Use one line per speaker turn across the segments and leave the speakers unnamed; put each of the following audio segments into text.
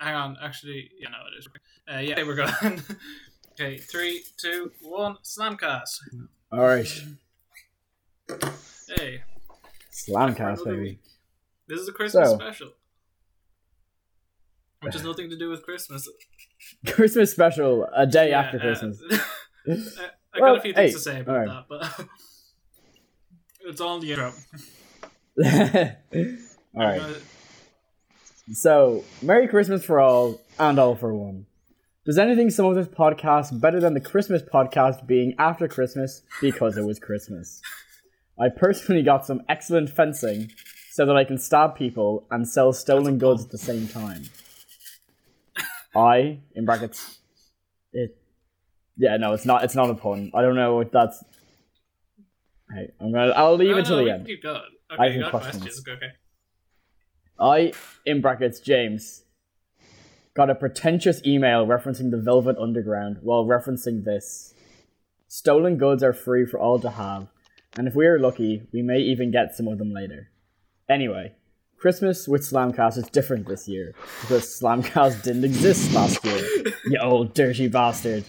Hang on, actually, yeah, no, it is. Uh, yeah, we're going. okay, three, two, one, slamcast.
All right,
Hey,
slamcast
another
baby.
week. This is a Christmas
So.
special, which has nothing to do with Christmas.
Christmas special, a day
Yeah,
after
uh,
Christmas.
I- I
Well,
got a few things
hey,
to say about
alright.
that, but it's all in the intro. Uh,
all right. So, Merry Christmas for all and all for one. Does anything sum up this podcast better than the Christmas podcast being after Christmas because it was Christmas? I personally got some excellent fencing so that I can stab people and sell stolen goods at the same time. I, in brackets, it. Yeah, no, it's not. It's not a pun. I don't know if that's. Hey, I'm gonna. I'll leave it till the end.
Keep going. Okay,
I have
you got
questions.
questions. Okay.
I, in brackets, James, got a pretentious email referencing the Velvet Underground while referencing this. Stolen goods are free for all to have, and if we are lucky, we may even get some of them later. Anyway, Christmas with Slamcast is different this year because Slamcast didn't exist last year. You old dirty bastard.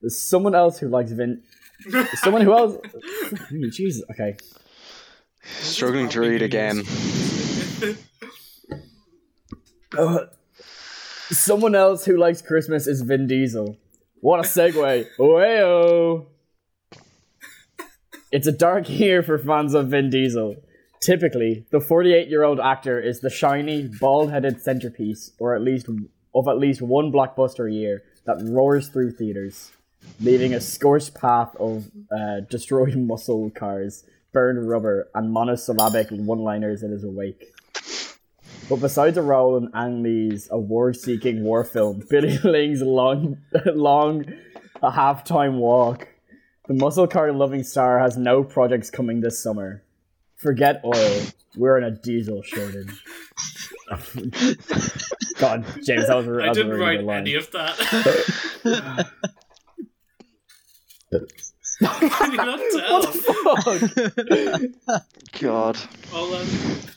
There's someone else who likes Vin. Someone who else. Jesus. Okay.
Struggling to read again.
Ugh. Uh, someone else who likes Christmas is Vin Diesel. What a segue! Wayo! It's a dark year for fans of Vin Diesel. Typically, the 48-year-old actor is the shiny, bald-headed centerpiece, or at least of at least one blockbuster a year that roars through theaters, leaving a scorched path of uh, destroyed muscle cars, burned rubber, and monosyllabic one-liners in his wake. But besides a role in Ang Lee's award-seeking war film, Billy Ling's long, long, a half-time walk, the muscle car-loving star has no projects coming this summer. Forget oil. We're in a diesel shortage. God, James, that was, that was
I
a
didn't
really
write
good line.
any of that. Can you not tell?
God.
All that,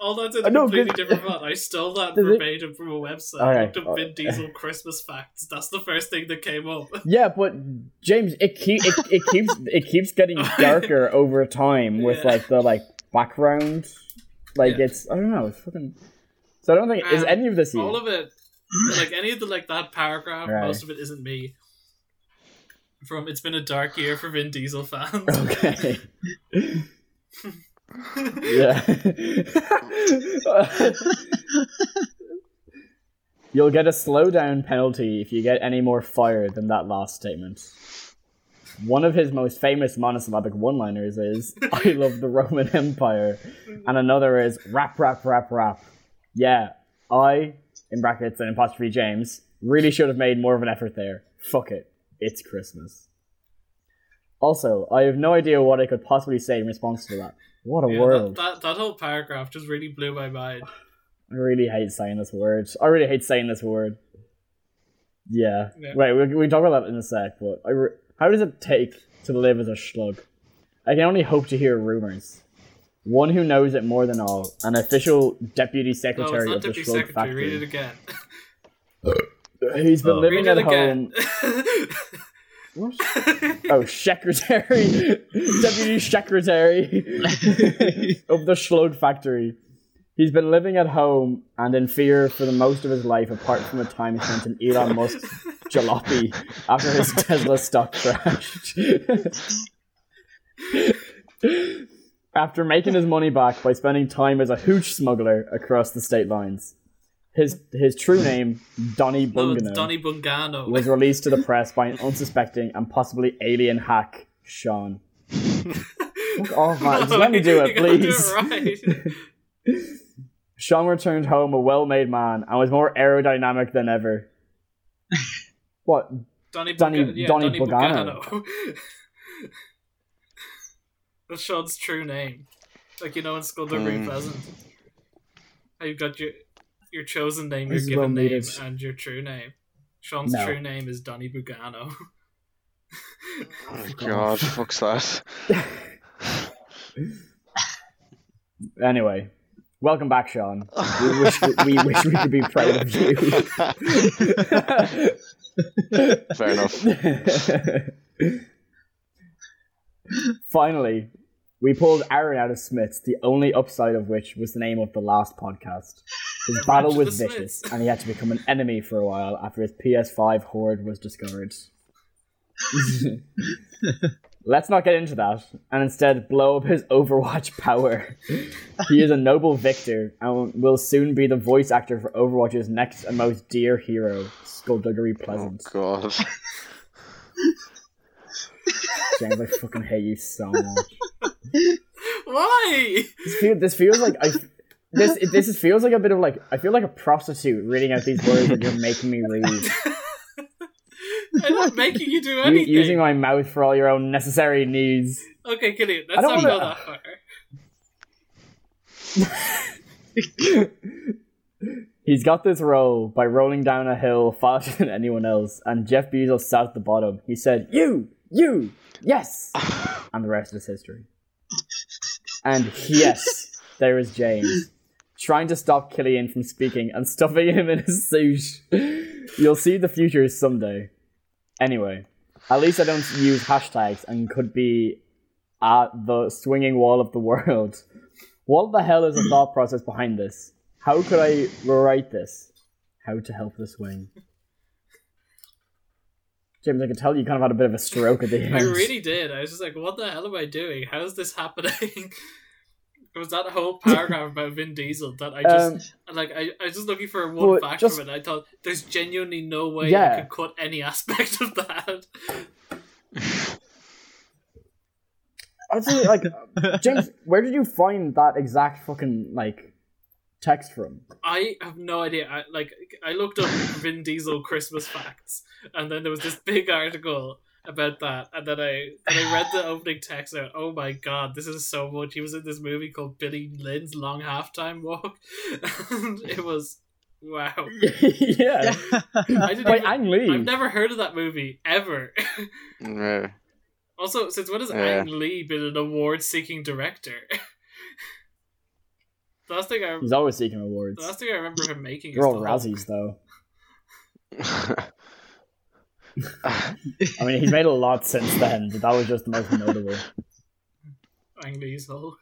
all that's in
I
a
know,
completely
good-
different font. I stole that
Does it-
verbatim from a website. I
Okay,
looked up Vin
alright.
Diesel Christmas facts. That's the first thing that came up.
Yeah, but James, it keep it, it keeps it keeps getting darker over time with
Yeah.
like the like background. Like
Yeah.
it's I don't know, it's fucking so I don't think is
Um,
any of this you.
All of it, like any of the like that paragraph,
Right.
most of it isn't me. From it's been a dark year for Vin Diesel fans.
Okay. yeah. You'll get a slowdown penalty if you get any more fire than that last statement. One of his most famous monosyllabic one liners is, I love the Roman Empire. And another is, rap, rap, rap, rap. Yeah, I, in brackets and apostrophe James, really should have made more of an effort there. Fuck it. It's Christmas. Also, I have no idea what I could possibly say in response to that. What a
Yeah, that,
world.
that that whole paragraph just really blew my mind.
I really hate saying this word. I really hate saying this word. Yeah.
Yeah.
Right, we we can talk about that in a sec, but I re- how does it take to live as a schlug? I can only hope to hear rumors. One who knows it more than all, an official deputy
No,
secretary
it's not
of the
Deputy
Schlug
Secretary. Read it
Factory.
again.
He's been
Oh.
living
read
at
it
home.
again.
What? Oh, secretary, deputy secretary of the Schlug factory. He's been living at home and in fear for the most of his life, apart from the time spent in Elon Musk's jalopy after his Tesla stock crashed. after making his money back by spending time as a hooch smuggler across the state lines, his his true name Donny
no,
Bungano
Oh, it's Donny Bungano.
was released to the press by an unsuspecting and possibly alien hack, Sean. Fuck off, man. Just
No,
let me do
you
it,
gotta do
please.
right.
Sean returned home a well made man and was more aerodynamic than ever. what?
Donny,
Donny-
Buga- yeah,
Donny
Donny,
Bogano.
Bogano. That's Sean's true name. Like you know in Skullduggery
Mm.
Pleasant. How you've got your your chosen name, your
This is well
given name,
needed.
and your true name. Sean's
No.
true name is Donny Bugano.
Oh, God, fuck's that.
Anyway, Welcome back, Sean. We wish we, we wish we could be proud of you.
Fair enough.
Finally, we pulled Aaron out of Smith's, the only upside of which was the name of the last podcast. His battle
Revenge
was
of the
vicious,
Smiths.
and he had to become an enemy for a while after his PS5 hoard was discovered. Let's not get into that, and instead blow up his Overwatch power. he is a noble victor and will soon be the voice actor for Overwatch's next and most dear hero, Skullduggery
Oh
Pleasant.
god.
James, I fucking hate you so much.
Why?
This, feel, this feels like I. This it- this is, feels like a bit of like I feel like a prostitute reading out these words that you're making me read,
I'm not making you do
U-
anything.
using my mouth for all your own necessary needs.
Okay, Killian,
I
let's
don't
not go
wanna-
that far.
He's got this role by rolling down a hill faster than anyone else, and Jeff Bezos sat at the bottom. He said, "You, you, yes," and the rest is history. And yes, there is James trying to stop Killian from speaking and stuffing him in his suit. You'll see the future someday. Anyway, at least I don't use hashtags and could be at the swinging wall of the world. What the hell is the thought process behind this? How could I rewrite this? How to help the swing? James, I can tell you kind of had a bit of a stroke at the end.
I really did. I was just like, what the hell am I doing? How is this happening? was that whole paragraph about Vin Diesel that I just
Um,
like I, I was just looking for one
but
fact
just-
from it. I thought there's genuinely no way
Yeah.
I could cut any aspect of that.
I'd say, like, James, where did you find that exact fucking, like, text from?
I have no idea. I like I looked up Vin Diesel Christmas facts, and then there was this big article about that, and then I then I read the opening text. And I went, oh my god, this is so much. He was in this movie called Billy Lynn's Long Halftime Walk, and it was wow.
yeah.
I didn't.
By
even-
Ang Lee.
I've never heard of that movie ever.
Yeah.
Also, since when has
Yeah.
Ang Lee been an award-seeking director? the last thing I
He's always seeking awards.
the last thing I remember him making is
They're all
the
Razzies, though. I
Oh,
yeah.
mean, he's made a lot since then, but that was just the most notable.
Ang Lee's Hulk.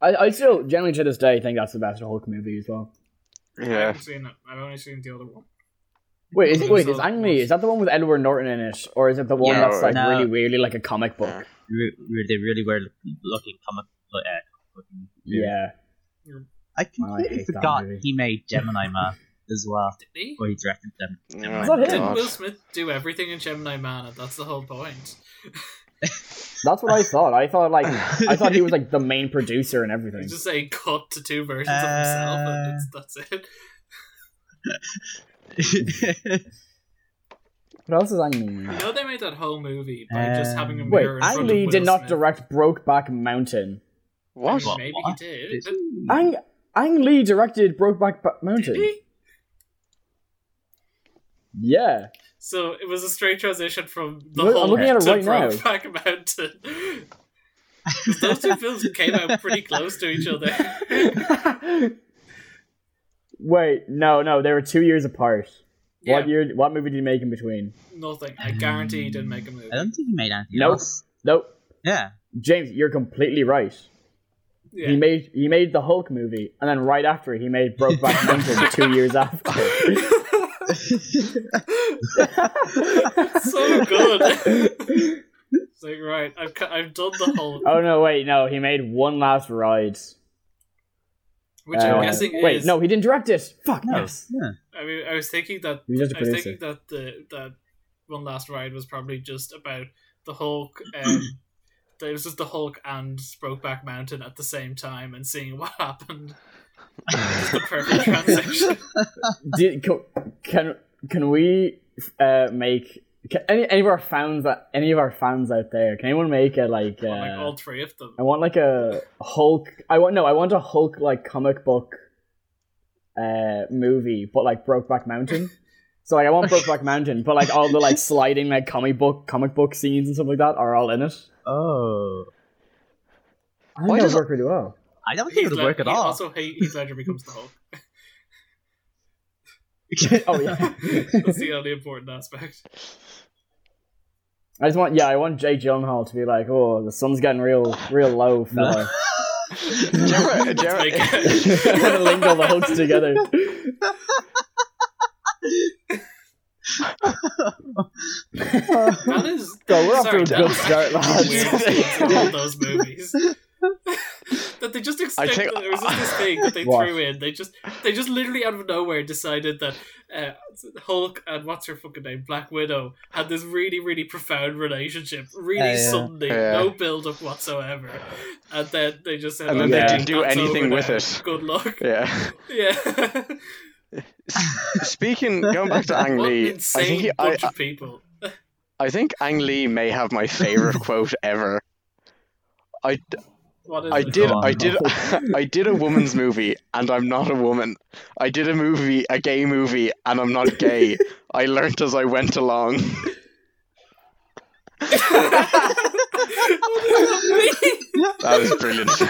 I, I still, generally to this day, think that's the best Hulk movie as well.
I
yeah.
haven't seen it. I've only seen the other one.
Wait, is,
think
wait,
so.
is Ang Lee, is that the one with Edward Norton in it? Or is it the one
No.
that's, like,
No.
really weirdly like a comic book?
Re- re- they really were looking comic book. Uh, comic book.
Yeah.
I
I
completely
hate that
forgot
movie.
he made Gemini Man as well,
Did he?
or he directed them.
Yeah,
not him.
Did
God.
Will Smith do everything in Gemini Man? And that's the whole point.
That's what I thought. I thought, like, I thought he was, like, the main producer and everything.
He's just saying cut to two versions of himself, and it's, that's it.
What else is Ang Lee? in?
You know they made that whole movie by just having a
Um,
Wait,
mirror. in
Ang
front of
Lee
Will
did not
Smith.
direct Brokeback Mountain.
I
What?
mean, Maybe
What?
he did. Did
Ang Ang Lee directed Brokeback Ba- Mountain.
he?
Yeah,
So it was a straight transition from the
Look- I'm
whole
looking at it
to
right now.
Brokeback Mountain. 'Cause Those two films came out pretty close to each other.
Wait, no, no, they were two years apart.
yeah,
What year? What movie did you make in between?
nothing. I guarantee he didn't make a movie.
I don't think he made anything
Nope.
else.
Nope.
Yeah.
James, you're completely right.
Yeah.
He made he made the Hulk movie, and then right after he made Brokeback Mountain two years after.
so good. it's like right, I've cu- I've done the whole,
oh no! Wait, no, he made one last ride.
which
Uh,
I'm guessing
wait,
is.
no, he didn't direct it. Fuck
No.
yes.
Yeah.
I mean, I was thinking that
He was just a
I was
producer.
thinking that the that one last ride was probably just about the Hulk. Um, that it was just the Hulk and Brokeback Mountain at the same time, and seeing what happened. Just the perfect transition.
Do, can, can can we uh, make can, any any of our fans that any of our fans out there? Can anyone make a like? Uh,
Well, like all three of them.
I want like a Hulk. I want no. I want a Hulk like comic book uh movie, but like Brokeback Mountain. So like I want Brokeback Mountain, but like all the like sliding like comic book comic book scenes and stuff like that are all in it.
Oh.
I
Why
think
does
that
it-
work really well.
I don't think it
Heath
would
Led-
work at
he
all.
Also, hate Heath Ledger becomes the Hulk.
Oh yeah.
That's the only important aspect.
I just want yeah, I want Jay Gyllenhaal to be like, oh, the sun's getting real, real low, fella.
Do you ever- do you
Like,
ever-
I want to link all the hooks together.
that is.
So we're off to
sorry,
a
that
good
was
start,
actually the
lads.
weirdest thing in all those movies. that they just
I
expect
think-
that there was just this thing that they
What?
threw in. They just they just literally out of nowhere decided that uh, Hulk and what's her fucking name, Black Widow, had this really really profound relationship, really
Yeah, yeah.
suddenly,
Yeah.
no build up whatsoever, and then they just said,
And then
they
"Okay,
didn't
do
that's
anything
over
with
now.
it."
Good luck.
yeah.
Yeah,
Speaking, going back to Ang
what an
Lee, I
insane
think he, I,
bunch of people.
I think Ang Lee may have my favorite quote ever. I,
What is
I
it?
did
Go on,
I did I did a woman's movie and I'm not a woman. I did a movie a gay movie and I'm not gay. I learnt as I went along.
what does that mean?
That was brilliant.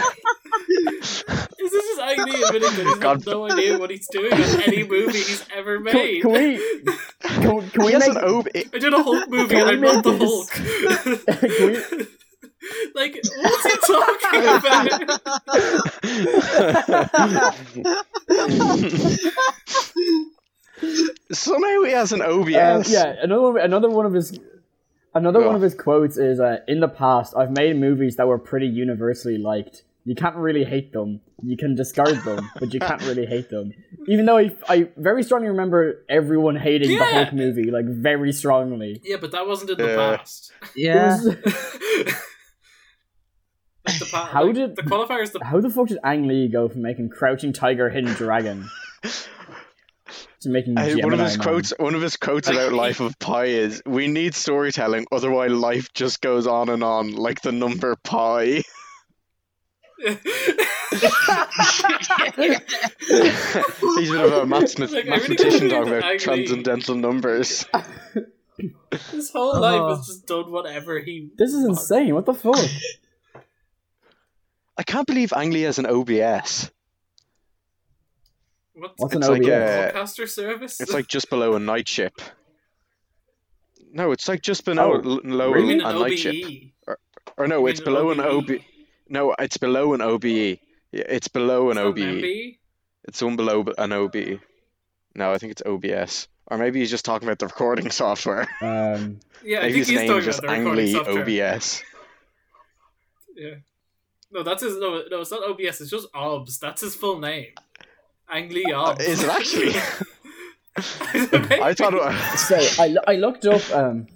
Is this just Ang Lee admitting that he's got
God.
no idea what he's doing on any movie he's ever
Can,
made?
can we? Can, can
He
we
has
make?
an ob-
I did a Hulk movie
Can
and
we
I'm not the
make
Hulk. like, what's he talking about?
E. Somehow he has an
Uh,
OBS.
yeah, another one- another one of his another
Go
one
on.
of his quotes is uh, in the past I've made movies that were pretty universally liked. You can't really hate them. You can discard them, but you can't really hate them. Even though I, I very strongly remember everyone hating the
Yeah.
Hulk movie like very strongly.
Yeah, but that wasn't in the
Yeah.
past.
It
yeah.
was-
like the pa-
How
like,
did-
the qualifiers? The
how the fuck did Ang Lee go from making Crouching Tiger, Hidden Dragon to making
Uh, one of
Gemini
his
Man?
quotes, one of his quotes
Like,
about
he-
Life of Pi is, "We need storytelling, otherwise life just goes on and on, like the number pi." He's a bit of a
Like,
mathemat-
I really
mathematician
believe
dog
that
about
Ang Lee-
transcendental numbers.
his whole life has just done whatever he.
Uh, This is insane. What the fuck?
I can't believe Ang Lee has an OBS.
What's,
What's an
It's like
OBS?
a,
broadcaster service?
it's like just below a night ship. No, it's like just below
Oh,
l- lower
What do you mean E.
a
an
night ship.
OBE?
Or no, it's below
E.
an OB. No, it's below an OBE. Yeah, E. It's below an
It's not
OBE.
MB?
It's one below b- an OB. No, I think it's OBS. Or maybe he's just talking about the recording software.
Um,
Yeah, I
maybe
think
his
he's
name
talking about
is just
the recording
Angly
software.
OBS.
Yeah. No, that's his. No, no, it's not OBS. It's just OBS. That's his full name. Angly OBS.
Uh, is it actually? I
I
thought it
so I, lo- I looked up. Um,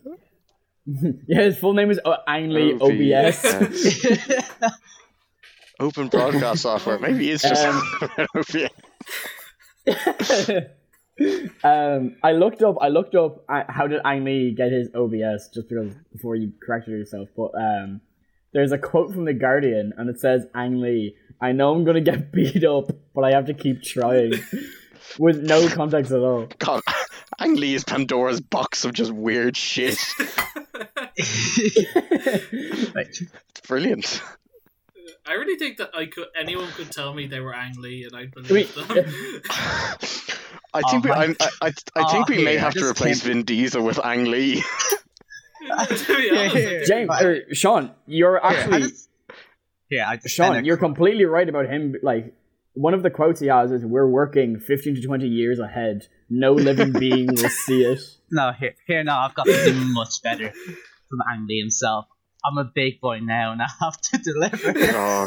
yeah, his full name is uh, Ang Lee
Oh, E.
OBS.
Open broadcast software. Maybe it's just OBS.
um, I looked up. I looked up. Uh, how did Ang Lee get his OBS? Just because before you corrected yourself, but um, there's a quote from the Guardian, and it says, "Ang Lee, I know I'm gonna get beat up, but I have to keep trying." With no context at all.
God, Ang Lee is Pandora's box of just weird shit.
Right.
It's brilliant.
I really think that I could. Anyone could tell me they were Angly, and I believe
Wait,
them.
I think
Oh
we, I,
my-
I, I, I think
Oh,
we may
yeah, I
have to
just
replace Vin Diesel with Ang Lee.
to be honest, I think-
James, er, Sean, you're
I
actually
just- yeah, I just
Sean,
and
you're completely right about him. Like one of the quotes he has is, "We're working 15 to 20 years ahead. No living being will see it."
No, here, here now I've got something much better from Ang Lee himself. I'm a big boy now, and I have to deliver.
Oh,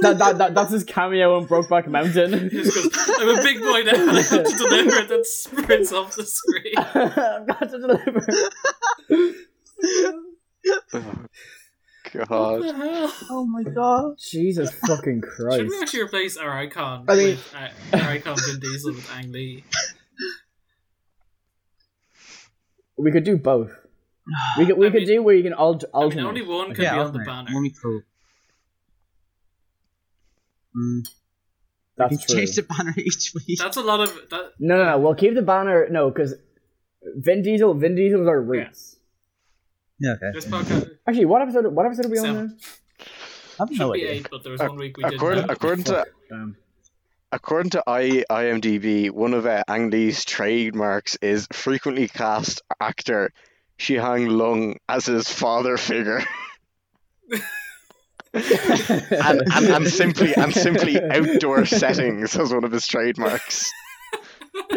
That, that, that that's his cameo in Brokeback Mountain.
He just goes, I'm a big boy now. and I have to deliver it. That sprints off the screen.
I've got to deliver.
oh,
What
God.
the hell?
oh my god!
Jesus fucking
Should we
Christ!
actually replace our icon?
I mean-
with, uh, our icon Vin Diesel with Ang Lee.
We could do both. We could we
I
could
mean-
do where you can alt-
I
alternate.
mean, only one could
yeah,
be on the
alright,
banner.
Let me prove. Mm, we
That's
can
true.
change the banner each week.
That's a lot of that.
No, no, no. We'll keep the banner. No, because Vin Diesel. Vin Diesel's our roots.
Yeah, okay.
This podcast
Actually, what episode? What episode are we on
Seven.
now?
I have
should
no
be
idea.
eight, but there was
Ac-
one week we did.
According,
nine.
according to
Damn.
according to I, IMDb, one of uh, Ang Lee's trademarks is frequently cast actor Shihang Lung as his father figure, and, and, and simply and simply outdoor settings as one of his trademarks.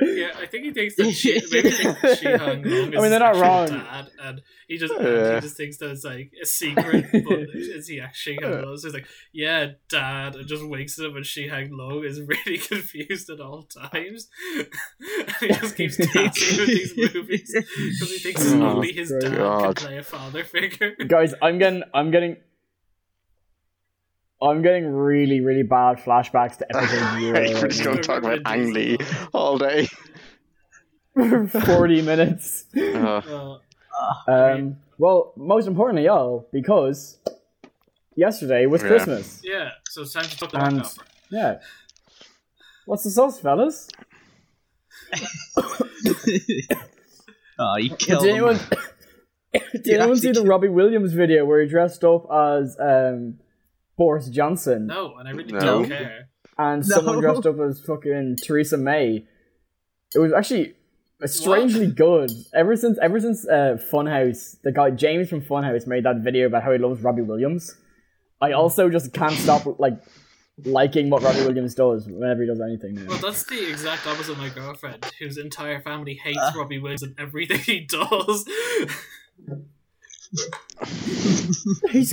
yeah, I think he thinks that she, maybe he thinks that she hung long.
I mean, they're not wrong.
Dad, and he just
Yeah.
he just thinks that it's like a secret, but is he actually hung long? So he's like, yeah, Dad, and just wakes up and she hung long is really confused at all times. and he just keeps dancing with these movies because he thinks it's
Oh,
only his dad
God.
can play a father figure.
Guys, I'm getting, I'm getting, I'm getting really, really bad flashbacks to episode zero.
Right, we're just
right
gonna talk about
Remember
Ang Lee
Diesel.
all day.
now. Forty minutes.
Uh,
Uh,
Um, well, most importantly, y'all, because yesterday was
Yeah.
Christmas.
yeah, so it's time to talk
And-
about opera.
Yeah. What's the sauce, fellas?
oh, you
Did
killed him.
anyone, did
You
anyone
actually
see the
killed-
Robbie Williams video where he dressed up as um, Boris Johnson
No, and I really
No.
don't care.
and
No.
someone dressed up as fucking Theresa May? It was actually strangely good. Ever since ever since uh, Funhouse, the guy James from Funhouse made that video about how he loves Robbie Williams. I
Mm.
also just can't stop like liking what Robbie Williams does whenever he does anything. now.
Well, that's the exact opposite of my girlfriend, whose entire family hates
Ah.
Robbie Williams and everything he does.
He's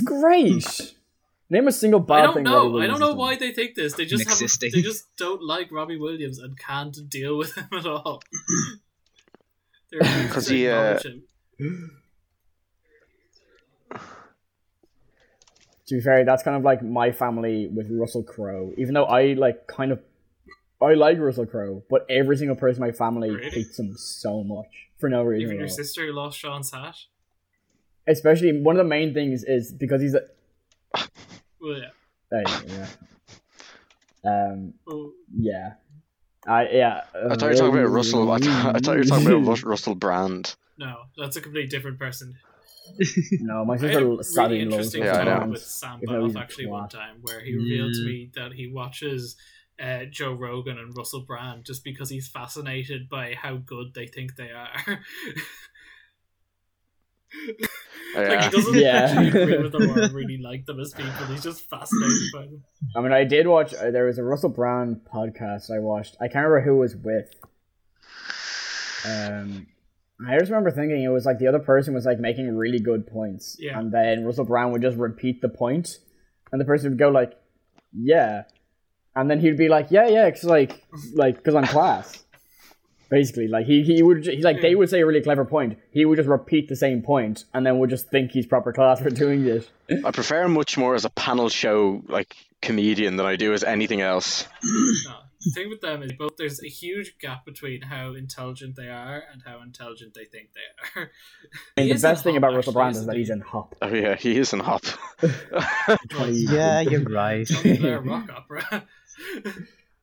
great. Name a single bad
I don't
thing.
know.
Robbie
I don't
Williams
know
has
why they think this. They just have,
Existing.
they just don't like Robbie Williams and can't deal with him at all. They refuse
'Cause
to
he, uh,
acknowledge him.
done. To be fair, that's kind of like my family with Russell Crowe. Even though I like kind of, I like Russell Crowe, but every single person in my family
Really?
hates him so much for no reason.
Even
at
your
all.
sister who lost Sean's hat.
Especially one of the main things is because he's a.
Well, yeah.
oh, yeah, yeah. Um.
Well,
Yeah. I yeah. um,
I thought you were talking about Russell. I, th- I thought you were talking about Rus- Russell Brand.
no, that's a completely different person.
no, my
I had a
sister
really
sadly loves
interesting
Yeah, I
Russell
talk
know.
with
Brand.
Sam
Even though he's
Belloff
a
actually
twat.
one time where he revealed to
Mm.
me that he watches uh, Joe Rogan and Russell Brand just because he's fascinated by how good they think they are. like
Yeah.
he doesn't
Yeah.
actually agree with them or really like them as people. He's just fascinated by them.
I mean, I did watch. Uh, there was a Russell Brand podcast I watched. I can't remember who it was with. Um, I just remember thinking it was like the other person was like making really good points,
Yeah.
and then Russell Brand would just repeat the point, and the person would go like, "Yeah," and then he'd be like, "Yeah, yeah," because like, like, because I'm class. Basically, like he, he would ju- he, like they
Hmm.
would say a really clever point. He would just repeat the same point, and then would just think he's proper class for doing this.
I prefer him much more as a panel show like comedian than I do as anything else.
No. The thing with them is both there's a huge gap between how intelligent they are and how intelligent they think they are.
I mean,
He
the
is in
best thing
Hop,
about Russell
actually,
Brand is
isn't
that
he?
he's in Hop.
Oh yeah, he is in Hop.
Like,
Yeah, you're right.
Tony Blair rock opera.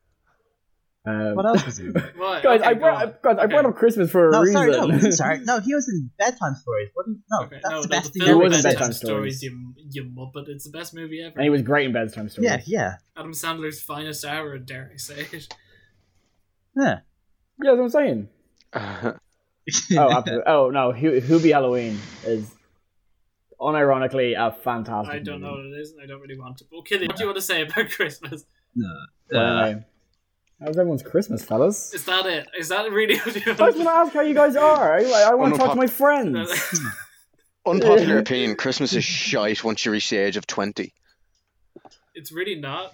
Um,
What else was he? in?
Why?
Guys,
Okay,
I
go
brought
on.
I, guys, I brought
Okay.
up Christmas for a
No,
reason.
sorry, no, sorry. No, he was in bedtime stories. Wasn't, no,
Okay,
that's
no,
the
no,
best
the
thing
film
It
ever.
was
Bedtime,
in Bedtime
Stories,
Stories.
you, you muppet. It's the best movie ever.
and he was great in bedtime stories.
Yeah, yeah,
Adam Sandler's finest hour, dare I say it.
yeah.
yeah, that's what I'm saying. Oh, absolutely. oh no, Ho- Hoobie Halloween is unironically a fantastic.
I don't know what
movie.
it is, and I don't really want to. Well, Killian, what do you want to say about Christmas?
Uh,
Anyway, how's everyone's Christmas, fellas?
Is that it? Is that really what you
I
want
was gonna ask how you guys are. I, I want
Unapo-
to talk to my
to
friends.
say?
Unpopular opinion: Christmas is shite once you reach the age of twenty.
It's really not.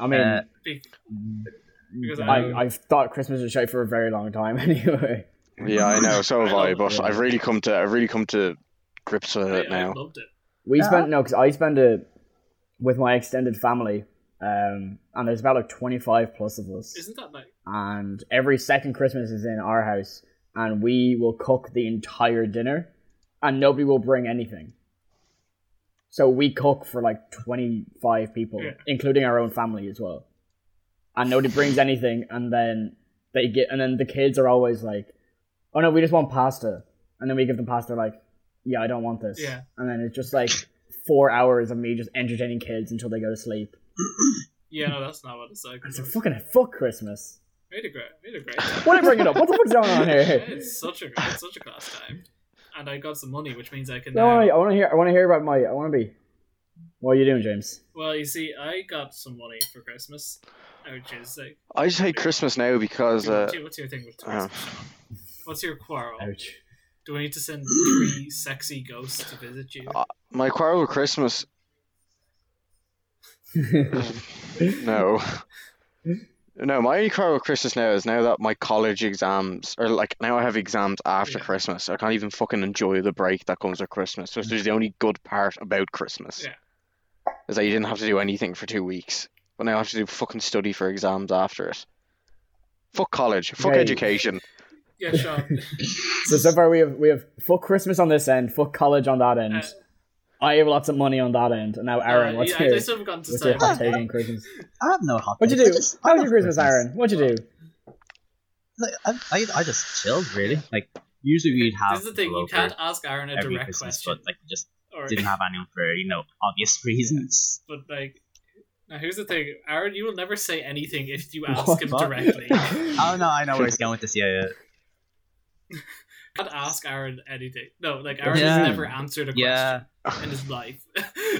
I mean,
Uh,
be- Because
I, I've thought Christmas was shite for a very long time. Anyway,
Yeah, I know. So have
I
I,
love
but
it.
I've really come to I've really come to grips with
I,
it
I
now.
loved it.
we
Yeah.
spent no, because I spent it with my extended family, um, and there's about like 25 plus of us.
Isn't that like
and every second Christmas is in our house, and we will cook the entire dinner, and nobody will bring anything. So we cook for like twenty five people,
Yeah.
including our own family as well, and nobody brings anything, and then they get, and then the kids are always like, "Oh no, we just want pasta," and then we give them pasta. They're like, yeah, I don't want this.
Yeah.
And then it's just like four hours of me just entertaining kids until they go to sleep.
Yeah, no, that's not what it's like.
And it's like fucking fuck Christmas.
We had a great, we had a great time.
Why did I bring it up? What the fuck's going on
Yeah,
here?
it's such a it's such a class time, and I got some money, which means I can.
No,
now-
I want to hear. I want to hear about my. I want to be. What are you doing, James?
Well, you see, I got some money for Christmas, which is like,
I just hate Christmas now because uh,
what's your- what's your thing with
uh.
Christmas? Sean? What's your quarrel?
Ouch.
Do I need to send three sexy ghosts to visit you?
Uh, my quarrel with Christmas. No. No, my quarrel with Christmas now is now that my college exams are like now I have exams after
Yeah.
Christmas. I can't even fucking enjoy the break that comes with Christmas, which is the only good part about Christmas.
Yeah.
Is that you didn't have to do anything for two weeks. But now I have to do fucking study for exams after it. Fuck college. Fuck
Right.
education.
Yeah, Uh, Sean.
so so far we have we have fuck Christmas on this end, fuck college on that end.
Uh,
I have lots of money on that end, and now Aaron,
uh,
what's
yeah, I- I
your
still haven't gotten to
what's
say
your
about
hot take on Christmas?
I have no hot.
What'd you
takes.
do?
I just- I
How was
love
your Christmas, Aaron? What'd you do?
Like, I, I, I just chilled really. Like usually we'd have.
This is the thing,
people
you
over
can't ask Aaron a
every
direct
Christmas,
question.
but like we just
or,
didn't have anyone for you know obvious reasons.
but like, now here's the thing, Aaron, you will never say anything if you ask
What?
him
What?
directly. you
Oh no, I know where he's going with this. Yeah, yeah.
can't ask Aaron anything. No, like Aaron
Yeah.
has never answered a
Yeah.
question in his life.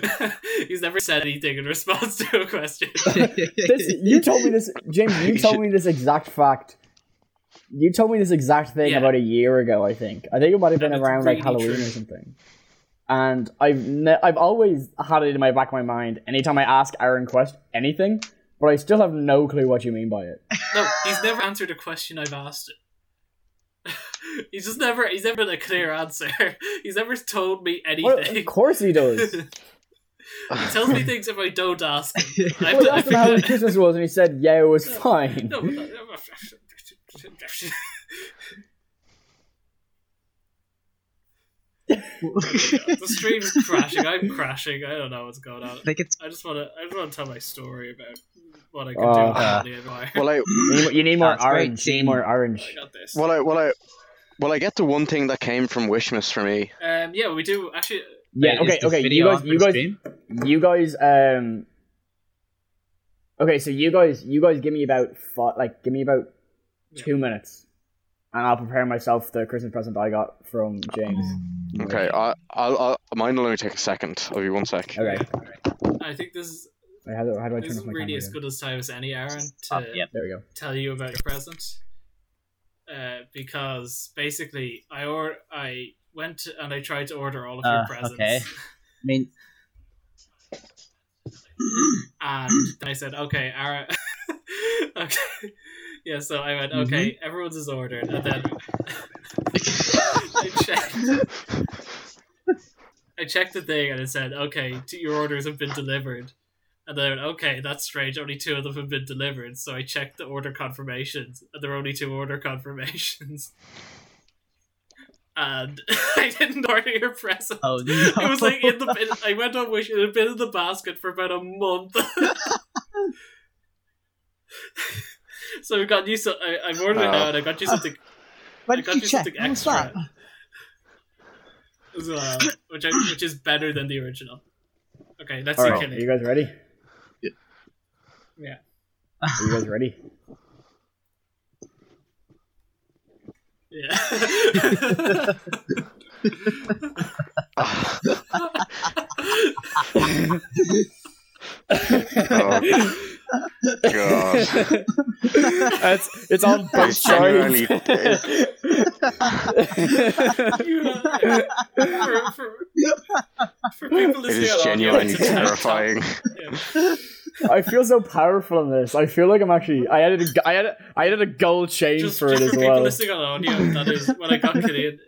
He's never said anything in response to a question.
This, you told me this, James. You told me this exact fact. You told me this exact thing
Yeah.
about a year ago. I think. I think it might have been
And it's
around
really
like Halloween
true.
or something. And I've ne- I've always had it in my back of my mind. Anytime I ask Aaron quest anything, but I still have no clue what you mean by it.
No, he's never answered a question I've asked him. he's just never. He's never been a clear answer. He's never told me
Well,
anything.
of course he does.
he tells me things if I don't ask him. I-
well, I asked him how his Christmas was, and he said, "Yeah, it was fine."
No, but that- the stream's crashing. I'm crashing. I don't know what's going on.
like it's
I just want to. I just want to tell my story about what I can do
Oh.
with
Uh.
money anymore.
Well I
You need, you need more
That's great,
orange. You need
Dean.
more
I
orange.
got this.
well I well I well I get the one thing that came from Wishmas for me.
Um, yeah, we do actually.
Yeah. Okay.
Wait, is the
Okay. You
video
guys.
on
You
for
guys.
stream?
You guys. Um. Okay. So you guys. You guys. Give me about five, like. Give me about
Yeah.
two minutes, and I'll prepare myself the Christmas present I got from James.
Okay, I I'll, I'll mine will only take a second. I'll be one sec.
Okay.
I think this is
Wait, how, do, how do I turn
this
off
is
my
really
camera?
as
again?
good as time as any, Aaron, to
Stop, Uh, yeah.
There we go.
tell you about your present. Uh, because basically, I or I went and I tried to order all of your
Uh,
presents,
okay. I mean,
and then I said, "Okay, Aaron." okay. Yeah. So I went, "Okay, everyone's is ordered," and then I checked. I checked the thing and it said, "Okay, two, your orders have been delivered." And then I went, okay, that's strange. Only two of them have been delivered. So I checked the order confirmations, and there were only two order confirmations. And I didn't order your present.
oh no.
It was like in the. It, I went on wish. It had been in the basket for about a month. so I got you. So I, I've ordered it now, and I got you something.
Why
I
did
got
you
you
check?
something
What was
extra.
that?
as well, which I, which is better than the original. Okay, let's
All
see
right. Are
Kenny.
you guys ready?
Yeah.
Are you guys ready?
Yeah.
Ah, Oh, God.
That's, it's on
I
both sides.
You- for, for, for people
It
listening at
is
home, you
genuinely
have to tap-
terrifying.
yeah.
I feel so powerful in this. I feel like I'm actually. I added. A, I added. I added a gold chain
Just
for
just
it as
for people
well.
listening on audio, that is when I got Killian.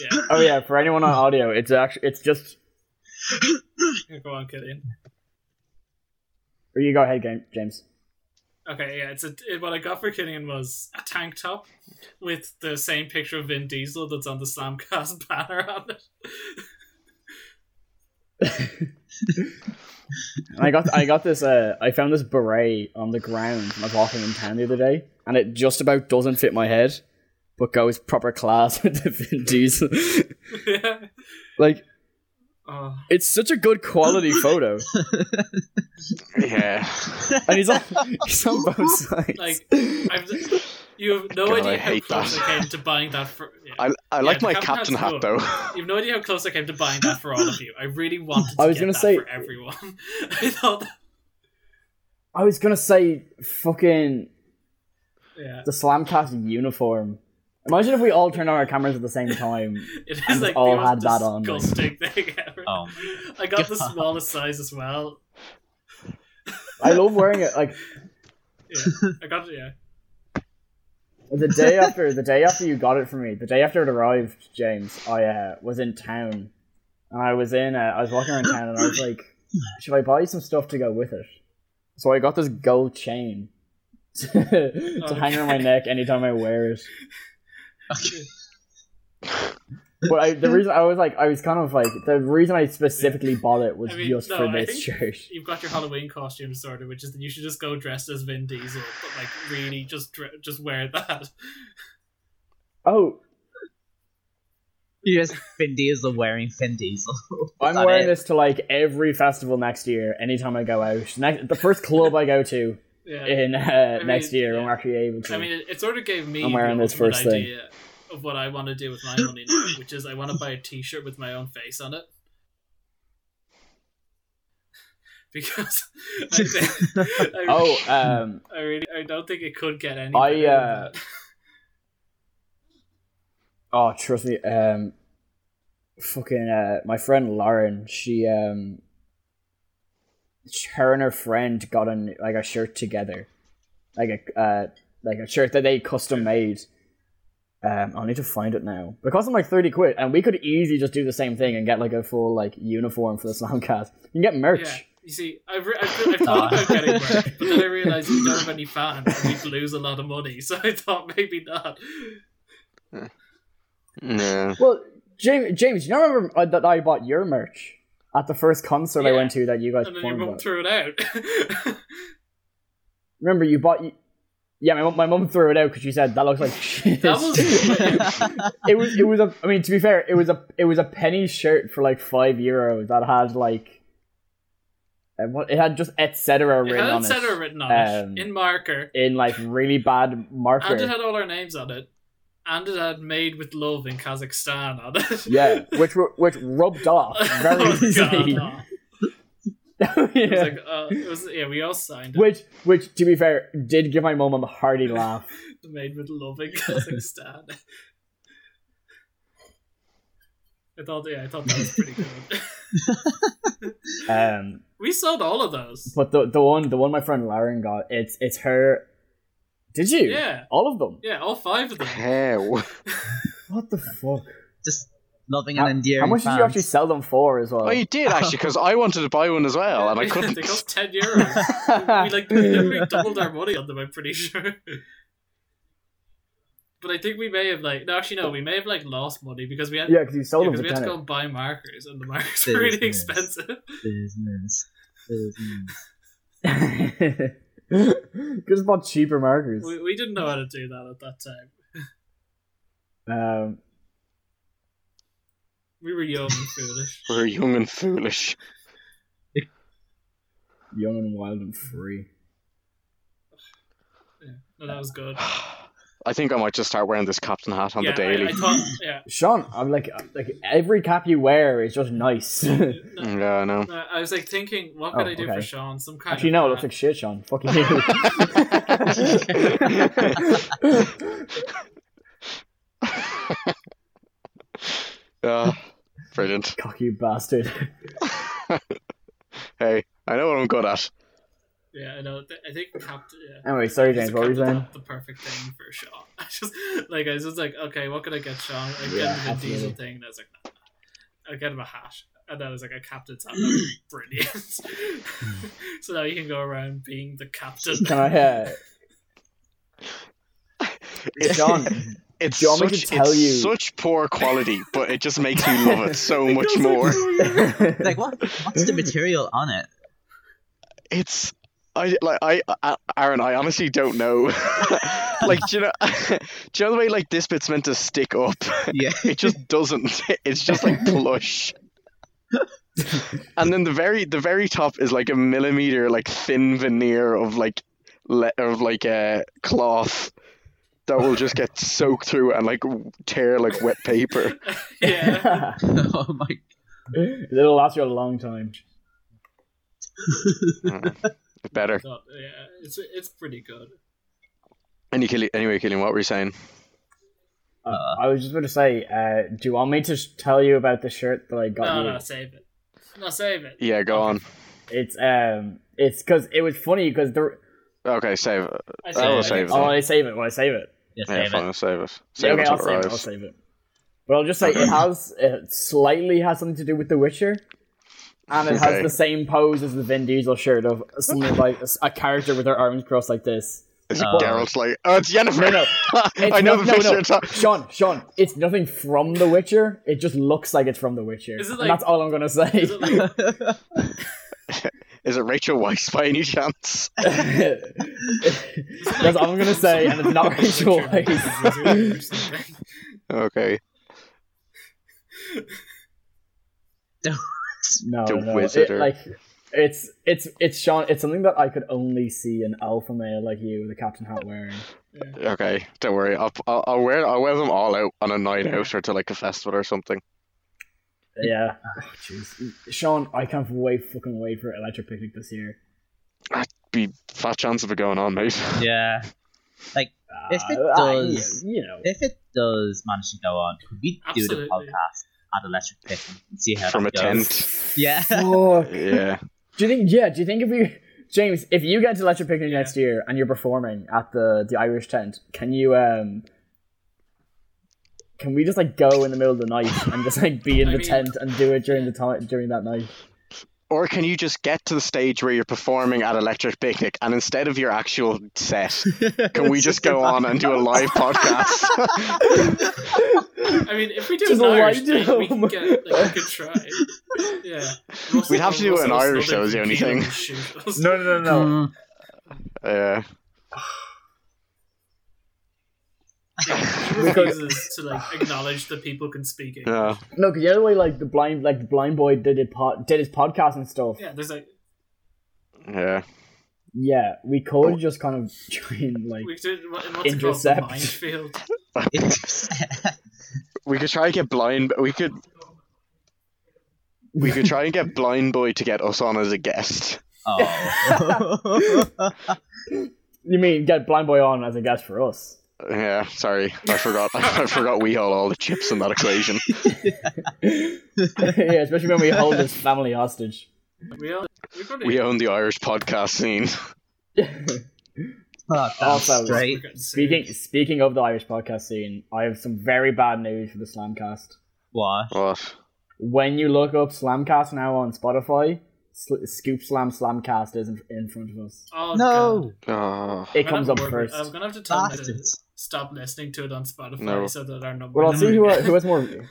Yeah,
Oh yeah, for anyone on audio, it's actually. It's just.
here, go on, Killian.
Or you go ahead, game, James.
Okay, yeah, it's a, it, what I got for Killian was a tank top with the same picture of Vin Diesel that's on the Slamcast banner on it.
And I got. I got this. Uh, I found this beret on the ground. when I was walking in town the other day, and it just about doesn't fit my head. but goes proper class with the Vin Diesel.
yeah.
like
Oh,
it's such a good quality photo,
Yeah.
and he's on he's on both sides.
like I've, you have no
God, I
idea how
hate
close
that.
I came to buying that for. Yeah.
I, I
Yeah,
like
the
my
captain
captain
hat's
hat though.
You have no idea how close I came to buying that for all of you. I really wanted. To
I was
get
gonna
that
say-
for everyone. I thought, that,
I was gonna say fucking
yeah,
the Slamcast uniform. Imagine if we all turned on our cameras at the same time.
it
And
is like
all
the most
had that on, like-
disgusting thing ever.
Oh.
I got the
God.
smallest size as well.
I love wearing it. Like
Yeah, I got yeah.
the day after, the day after you got it for me, the day after it arrived, James, I uh, was in town, and I was in, uh, I was walking around town, and I was like, should I buy some stuff to go with it? So I got this gold chain to, to hang around my
Okay.
neck anytime I wear it.
Okay.
But I, the reason I was like, I was kind of like, the reason I specifically bought it was
I mean,
just
no,
for
I
this
think-
shirt.
You've got your Halloween costume sorted, which is that you should just go dressed as Vin Diesel, but like really just dre- just wear that.
Oh,
You just Vin Diesel wearing Vin Diesel.
I'm
That
wearing
it.
this to like every festival next year. Anytime I go out, next, the first club I go to
Yeah.
in uh,
mean,
next year, when
yeah.
we're actually able to.
I mean, it, it sort of gave me
I'm wearing
the
this
ultimate
first thing.
idea of what I want to do with my money now, which is I want to buy a T-shirt with my own face on it. Because I, think- I,
oh, um,
I really I don't think it could get any.
I,
better than
uh,
that.
Oh, trust me. Um, fucking uh, my friend Lauren, she um, sh- her and her friend got an like a shirt together, like a uh, like a shirt that they custom made. Um, I'll need to find it now. But it cost them like thirty quid, and we could easily just do the same thing and get like a full like uniform for the Slamcast. You can get merch.
Yeah, you see, I've, re- I've, I've thought about getting merch, but then I realised we don't have any fans and we'd lose a lot of money, so I thought maybe not.
Yeah.
Well, James, James, you know remember uh, that I bought your merch at the first concert I
Yeah.
went to that you guys
And then your
performed
mum
at?
threw it out.
Remember, you bought. Yeah, my mum, my mum threw it out because she said that looks like shit.
that was
it was it was a. I mean, to be fair, it was a it was a penny shirt for like five euros that had like. uh, what- It had just etc.
It
written
had
on
et cetera
it
written on
Um,
it in marker,
in like really bad marker.
and it had all our names on it, and it had "Made with Love in Kazakhstan" on it.
yeah, which were- which rubbed off very
oh,
easily.
God, oh. It was
Yeah.
like, uh, it was, yeah, we all signed it.
Which which to be fair did give my mum a hearty laugh.
Made with Love in Kazakhstan. I thought, yeah, I thought that was pretty good.
Um,
we sold all of those.
but the the one the one my friend Lauren got it's it's her. Did you?
Yeah,
All of them.
yeah, all five of them.
Hell.
What the fuck?
just loving and endearing.
How much did you
fans.
actually sell them for as well?
Oh, you did actually, because I wanted to buy one as well, and I
they
couldn't.
cost ten euros. we like literally doubled our money on them. I'm pretty sure. but I think we may have like no, actually no, we may have like lost money because we had
yeah, because you sold
yeah,
them
'cause
for
we had to go
ten.
and buy markers, and the markers
Business.
were really expensive.
Business. Business.
Just bought cheaper markers.
we, we didn't know how to do that at that time.
Um,
We were young and foolish.
We're young and foolish.
young and wild and free.
No, that was good.
I think I might just start wearing this captain hat on
yeah,
the daily.
I, I thought, yeah,
Sean, I'm like, uh, like every cap you wear is just nice.
I-
yeah, I know.
no, I was like thinking, what could
Oh,
I do
okay.
for Sean? Some kind.
actually,
of
no, it looks
hat.
like shit, Sean. Fuck you.
Ah, brilliant.
Cock you bastard.
Hey, I know what I'm good at.
Yeah, I know. Th- I think Captain. Yeah.
Anyway, sorry, James.
Just
What were you
cut
saying?
out The perfect thing for Sean. I just like I was just like, okay, what could I get Sean? I get
Yeah,
him a diesel
absolutely.
thing. And I was like, nah, nah. I get him a hat, and then I was like, a captain's hat. That was brilliant. so now you can go around being the captain.
Can I? Uh, Sean,
It's
Do you want me to
such,
tell
it's
you-
such poor quality, but it just makes me love it so much
Because, like,
more.
oh, yeah.
Like what? What's the material on it?
It's I like I, I Aaron. I honestly don't know. like do you know, do you know the way like this bit's meant to stick up?
Yeah.
It just doesn't. It's just like plush. and then the very the very top is like a millimeter like thin veneer of like le- of like a cloth that will just get soaked through and like tear like wet paper.
yeah.
oh my
It'll last you a long time.
Mm, Better.
God, yeah, it's it's pretty good.
Any Killian, anyway, Killian, what were you saying?
Uh,
Uh-huh.
I was just going to say, uh, do you want me to sh- tell you about the shirt that I got
No,
you?
no, save it. No, save it.
Yeah, go on.
It's um, it's because it was funny because the
Okay, save it.
I
I will
it.
save it.
oh, I save it. Well, I save it.
Yes,
Yeah,
David.
fine, I'll save it. Save
okay,
it
I'll
till it
save it. I'll
arrives.
save it. But I'll just say it has it slightly has something to do with The Witcher, and it
Okay.
has the same pose as the Vin Diesel shirt of something like a, character with their arms crossed like this.
It's
Oh.
Geralt's like, oh, it's Jennifer.
No, no,
I know the
no,
picture.
no,
it's not-
Sean, Sean, it's nothing from The Witcher. It just looks like it's from The Witcher.
Is it
And
like-
that's all I'm gonna say.
Is it like,
Is it Rachel Weiss by any chance?
that's all I'm gonna say, and it's not Rachel
Richard
Weisz.
Weisz or something?
Okay.
No,
The
no. It,
wizard or-
like it's it's it's Sean. It's something that I could only see an alpha male like you with a captain hat wearing.
Okay. Don't worry. I'll, I'll, I'll wear I'll wear them all out on a night out or to like a festival or something.
Yeah. Oh, Jeez, Sean, I can't wait fucking wait for Electric Picnic this year.
Be fat chance of it going on, mate.
yeah. If it
Uh, I-
does-
you know,
If it does manage to go on, could we do the
Absolutely.
podcast at Electric Picnic and see how
From a
that goes?
tent.
Yeah.
fuck.
Yeah.
Do you think? Yeah. Do you think if you, James, if you get to Electric Picnic
Yeah.
next year and you're performing at the the Irish tent, can you um? Can we just like go in the middle of the night and just like be in
I
the
mean-
tent and do it during the time during that night?
Or can you just get to the stage where you're performing at Electric Picnic and instead of your actual set, can we just go on and do a live podcast?
I mean, if we do
Just
an
a
Irish
wide
thing, we
dome.
can get like we could try. Yeah,
We'd have to do an
Russell's
Irish
snubbing
show is the only
computer
thing.
will shoot us.
No, no,
Mm,
yeah.
Yeah, she refuses to like acknowledge that people can speak English.
Yeah.
No, because the other way, like the blind, like the blind boy did it, pod, did his podcast and stuff. Yeah,
Yeah, there's like
Yeah.
we could just kind of try and like
we did what- what's it
Intercept.
called? The minefield.
it's-
We could try and get blind. We could. We could try and get Blind Boy to get us on as a guest.
oh.
you mean get blind boy on as a guest for us.
Yeah, sorry, I forgot. I forgot we hold all the chips in that equation.
yeah, especially when we hold his family hostage.
We all we probably
We own the Irish podcast scene.
oh, that's
Also-
we're
great.
getting sued.
Speaking speaking of the Irish podcast scene, I have some very bad news for the Slamcast.
What?
What?
When you look up Slamcast now on Spotify, Sl- Scoop Slam Slamcast is in, in front of us.
Oh, God.
No.
Oh,
It
I'm
comes
gonna have
up
to work-
first.
I'm gonna have to tell them to
Bastards.
stop listening to it on Spotify
No.
so that our number.
Well, I'll see who who has more.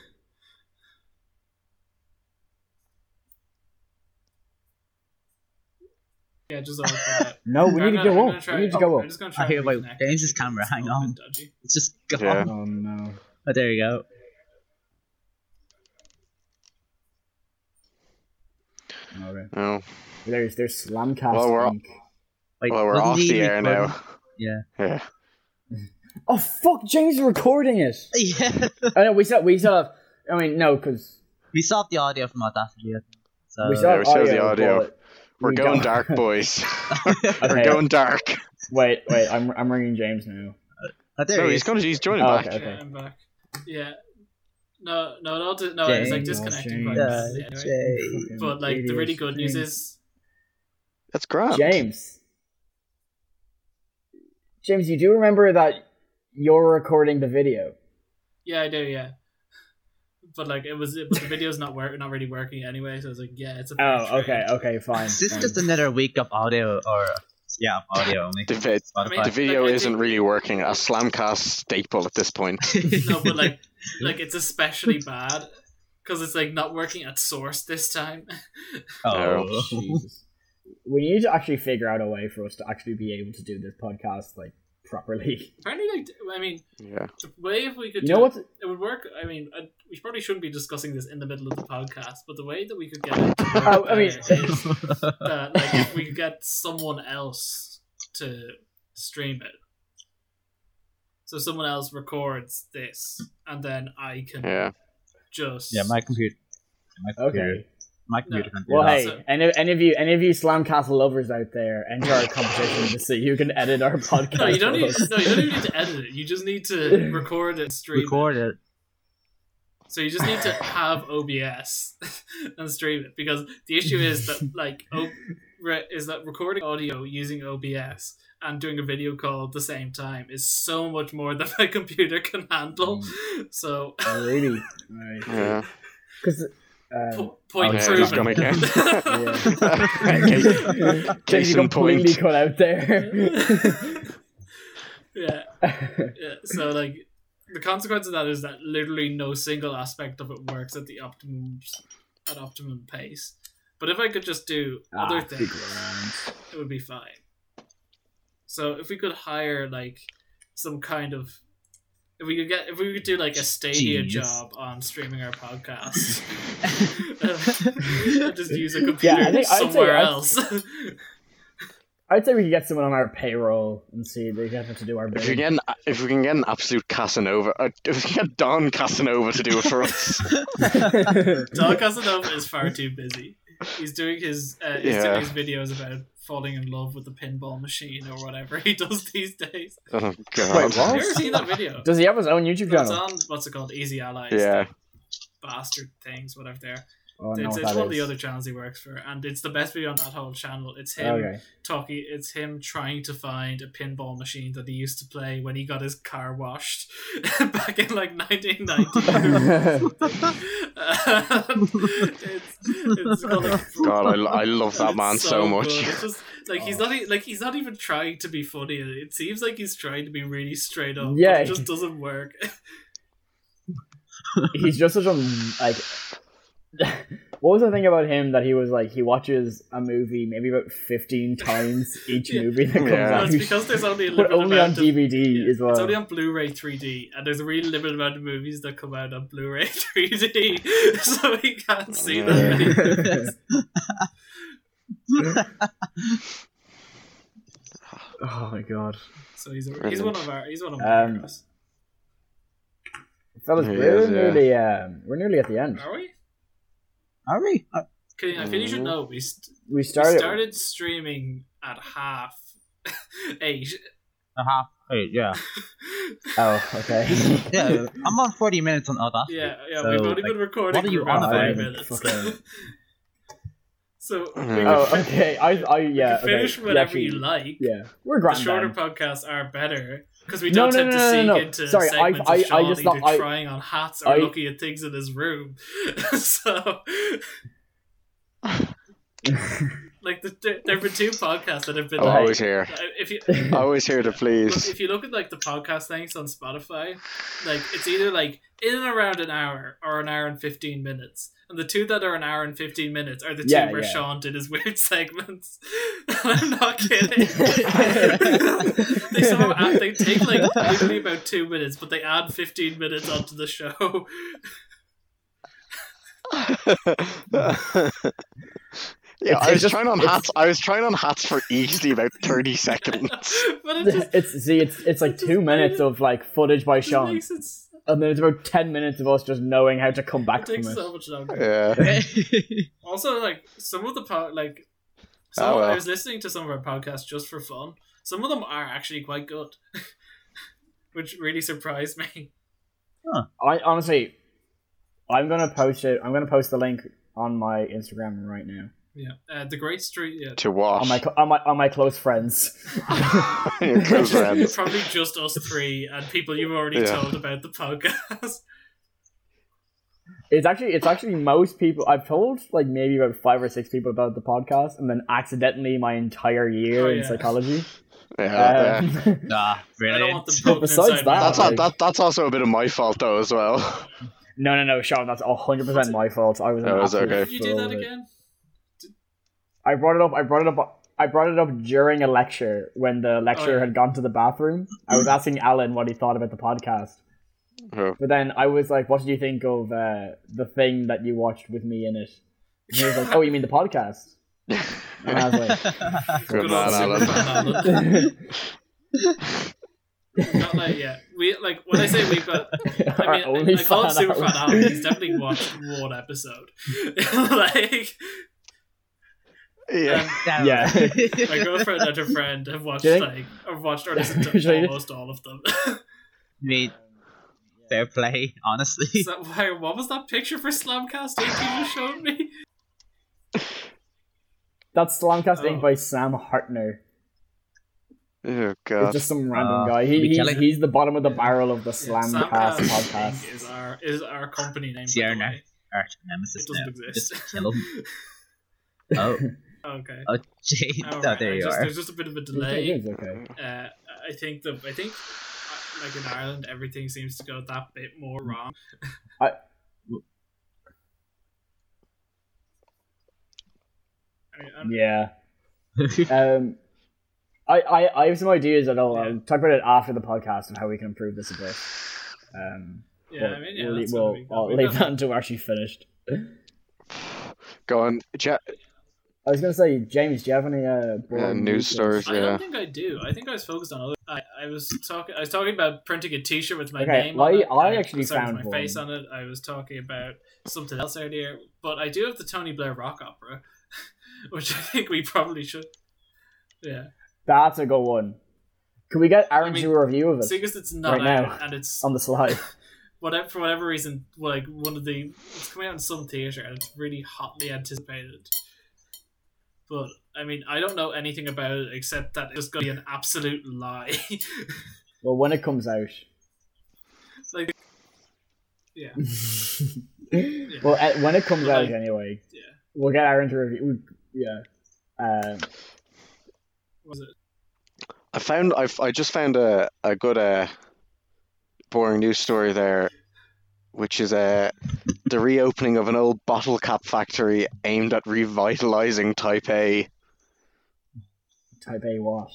Yeah, just all for that.
No, we
I'm
need to
not- I'm
go
gonna
up.
try-
We need to go
I'm
up.
just gonna try.
Okay,
and
wait.
reconnect.
James' camera.
It's
Hang
a little
on.
bit dodgy.
It's just gone.
Yeah.
Oh no.
Oh, there you go.
Alright.
no.
There's there's Slamcast.
Well, we're-
Inc.
Wait,
Well, we're
wasn't
off
he
the air
recording?
now.
Yeah.
Yeah.
Oh fuck! James is recording it.
Yeah.
oh no, we still we still have. I mean, no, because
We still have the audio from Audacity. So,
we still
yeah,
have
Uh, we still have the
audio.
audio.
but
We're
we
going
don't-
dark, boys. We're
Okay.
going dark.
Wait, wait. I'm I'm ringing James now.
oh, there
No,
he
he's
is.
going. He's joining
Oh,
back.
okay.
Yeah, I'm back. Yeah. No, no, no, no, no it's like
James,
disconnecting. but-
James.
Yeah,
yeah, anyway.
Jay.
Fucking
But like the
idiot.
really good news
James.
is
That's grand.
Oh. James. James, you do remember that you're recording the video.
yeah, I do, yeah. But like it was, it, but the video's not work, not really working anyway. So I was like, yeah, it's a.
Oh, okay, okay, fine.
This is
fine.
just another week of audio, or yeah, of audio only.
The, vi-
I
the
mean-
Spotify.
video
Like, I
isn't
think-
really working. A slamcast staple at this point.
No, but like, like it's especially bad because it's like not working at source this time.
oh,
Jesus. We need to actually figure out a way for us to actually be able to do this podcast like properly.
Apparently, like I mean,
Yeah.
the way if we could,
You
do
know
it-
what's
It would work. I mean, I, we probably shouldn't be discussing this in the middle of the podcast, but the way that we could get it to work
Oh, I mean-
better is that like, if we could get someone else to stream it, so someone else records this, and then I can
Yeah.
just
Yeah, my computer. My computer,
okay?
My computer can't do
Well,
that.
hey,
So-
any, any of you, any of you Slamcastle lovers out there, enter our competition to see who can edit our podcast.
No, you don't need.
for us.
No, you don't even need to edit it. You just need to record it, stream
Record it.
it. So you just need to have OBS and stream it because the issue is that like o- re- is that recording audio using OBS and doing a video call at the same time is so much more than my computer can handle. So
Oh, really?
Yeah.
Because Um,
po- point
Yeah,
it's
proven.
gonna count.
yeah.
um,
Case
Katie
in point.
completely cut out there. Ah,
yeah. Yeah, so like the consequence of that is that literally no single aspect of it works at the optimum at optimum pace. But if I could just do other
Ah,
things, it would be fine. So if we could hire like some kind of if we could get if we could do like a stadia
Jeez.
job on streaming our podcast, and just use a computer
Yeah, I think I'd say
somewhere
I'd-
else.
I'd say we could get someone on our payroll and see if they get them to do our
If we
bidding.
can, if we can get an absolute Casanova, uh, if we can get Don Casanova to do it for us,
Don Casanova is far too busy. He's doing his uh, he's
Yeah.
doing his videos about falling in love with the pinball machine or whatever he does these days.
oh
Wait,
Have
god,
you
what?
ever seen that video?
Does he have his own YouTube
That's
channel?
on what's it called? Easy Allies.
yeah,
Bastard things, whatever they're.
Oh, I don't
it's
know what
it's
that
one of the
is.
other channels he works for, and it's the best video on that whole channel. It's him
Okay.
talking. It's him trying to find a pinball machine that he used to play when he got his car washed back in like 1990. Um, it's, it's got like
God, I, lo- I love that
It's
man so, much.
good. It's just like he's
Oh.
not e- like he's not even trying to be funny. It seems like he's trying to be really straight up. Yeah,
Yeah.
it just doesn't work.
He's just such a like. What was the thing about him that he was like he watches a movie maybe about fifteen times each
Yeah.
movie that comes
Yeah.
Well,
out,
it's because there's only a
but
limited
only on
amount. of,
DVD
yeah,
as well.
It's only on Blu-ray 3D, and there's a really limited amount of movies that come out on Blu-ray 3D, so he can't see that
Yeah.
many. movies.
oh my god,
So he's a, he's one of our he's one of my
Um,
heroes.
fellas,
He
we're
is, yeah.
nearly um, we're nearly at the end.
Are we?
Are we? Uh,
Can, I think you should
Mhm.
know we, st-
We
we
started.
started streaming at half eight.
half. Hey, yeah.
Oh, okay.
Yeah, I'm on 40 minutes on other.
Yeah, yeah,
So,
we've only
like,
been recording
what are you
for about
on
five
about?
minutes.
Fucking-
so we
Mm.
can
oh,
fin-
okay. I, I,
we
yeah.
can
okay.
finish
We
whatever
actually-
you like.
Yeah, we're
The
grand.
shorter
then.
podcasts are better because we
No,
don't tend
no, no,
to
no, no,
sink
no.
into
Sorry, I-
segments
I- I
of Sean
just
either
thought I-
trying on hats or
I-
looking at things in his room. so, like, the, there, there have been two podcasts that have been
I'm
like,
always here.
if you
I'm always here to
Look,
please.
if you look at like the podcast links on Spotify, like it's either like in and around an hour or an hour and fifteen minutes, and the two that are an hour and fifteen minutes are the two
Yeah,
where
yeah.
Sean did his weird segments. I'm not kidding. they somehow add, they take like literally about two minutes, but they add fifteen minutes onto the show.
yeah, I
it's
was
just-
trying on
it's-
hats. I was trying on hats for easily about thirty seconds.
but it just,
it's see, it's it's like two minutes of like footage by
just
Sean,
makes it, s-
and then it's about ten minutes of us just knowing how to come
it
back from
takes
it.
so much longer.
Yeah.
Also, like some of the po- like, some
Oh, well.
I was listening to some of our podcasts just for fun. Some of them are actually quite good, which really surprised me.
I honestly, I'm gonna post it. I'm gonna post the link on my Instagram right now
Yeah, uh, the Great Street. Yeah,
To watch.
on Oh my cl- on my on my close friends.
Your close friends.
probably just us three and people you've already
Yeah.
told about the podcast.
It's actually it's actually most people I've told like maybe about five or six people about the podcast, and then accidentally my entire year
Oh,
in
yeah.
psychology.
Oh, Yeah, yeah.
Um,
Nah,
I don't want
brilliant.
them poking
Besides
inside
that-
my
That's
head.
not, that, that's also a bit of my fault though as well.
No, no, no, Sean, that's hundred percent my fault. I was. an
No, it's
absolute
okay.
Did you do
fool
that
with it.
again?
I brought it up. I brought it up I brought it up during a lecture when the lecturer
Oh, yeah.
had gone to the bathroom. I was asking Alan what he thought about the podcast,
Oh.
but then I was like, "What did you think of uh, the thing that you watched with me in it?" And he was like, "Oh, you mean the podcast?"
Ah,
And I was like,
Good
Good old
man, Alan.
Superman Alan. Not like yeah, we like when I say we, but I mean, I, I call him
fan
Superfan
out.
Alan. He's definitely watched one episode. like
yeah.
um,
Yeah.
my girlfriend and her friend have watched
Do you
like have watched or listened
Should I
to almost
just-
all of them.
mean, fair play, honestly.
Is that why? What was that picture for Slamcast Inc. you showed me?
That's Slumcast
Oh.
Inc. by Sam Hartner.
Oh
It's
god.
just some random
Uh,
guy. He,
we
he's,
telling-
he's the bottom of the barrel of the
Ah. Yeah,
Slamcast podcast.
Inc. is our is our company name. by the
Sierra.
way.
Arch nemesis
It doesn't
now.
exist.
Just kill him. Oh,
Okay.
oh, Jade.
All
Oh,
right,
there
I
you
just-
are.
There's just a bit of a
Okay,
delay.
it is okay.
Uh, I think the I think uh, like in Ireland everything seems to go that bit more wrong.
I-
I mean, I'm-
Yeah. Um, I, I, I have some ideas that I'll, I'll talk about it after the podcast and how we can improve this a bit. Um,
yeah,
but
I mean, yeah,
we'll,
that's
we'll-
gonna be-
I'll
we've
leave
got-
that until we're actually finished.
Go on. Ja-
I was going to say, James, do you have any uh,
uh,
boring
news stories.
I
Yeah.
don't think I do. I think I was focused on other. I, I was talking. I was talking about printing a T-shirt with my
Okay,
name.
I-
on it.
I
uh,
actually
sorry, with
found
my face
one.
on it. I was talking about something else earlier, but I do have the Tony Blair rock opera, which I think we probably should. Yeah,
That's a good one. Can we get
I
Aaron
mean,
to do a review of it
seeing as it's not
Right
out
now. um,
and it's
on the slide?
whatever for whatever reason, like one of the it's coming out in some theater and it's really hotly anticipated. But I mean, I don't know anything about it except that it's going to be an absolute lie.
well, when it comes out.
like, yeah.
Well, uh, when it comes
But,
out
like,
anyway,
yeah.
we'll get Aaron to review. We, yeah. Um,
was it?
I found. I I just found a a good uh boring news story there, which is uh the reopening of an old bottle cap factory aimed at revitalizing Taipei,
type A what?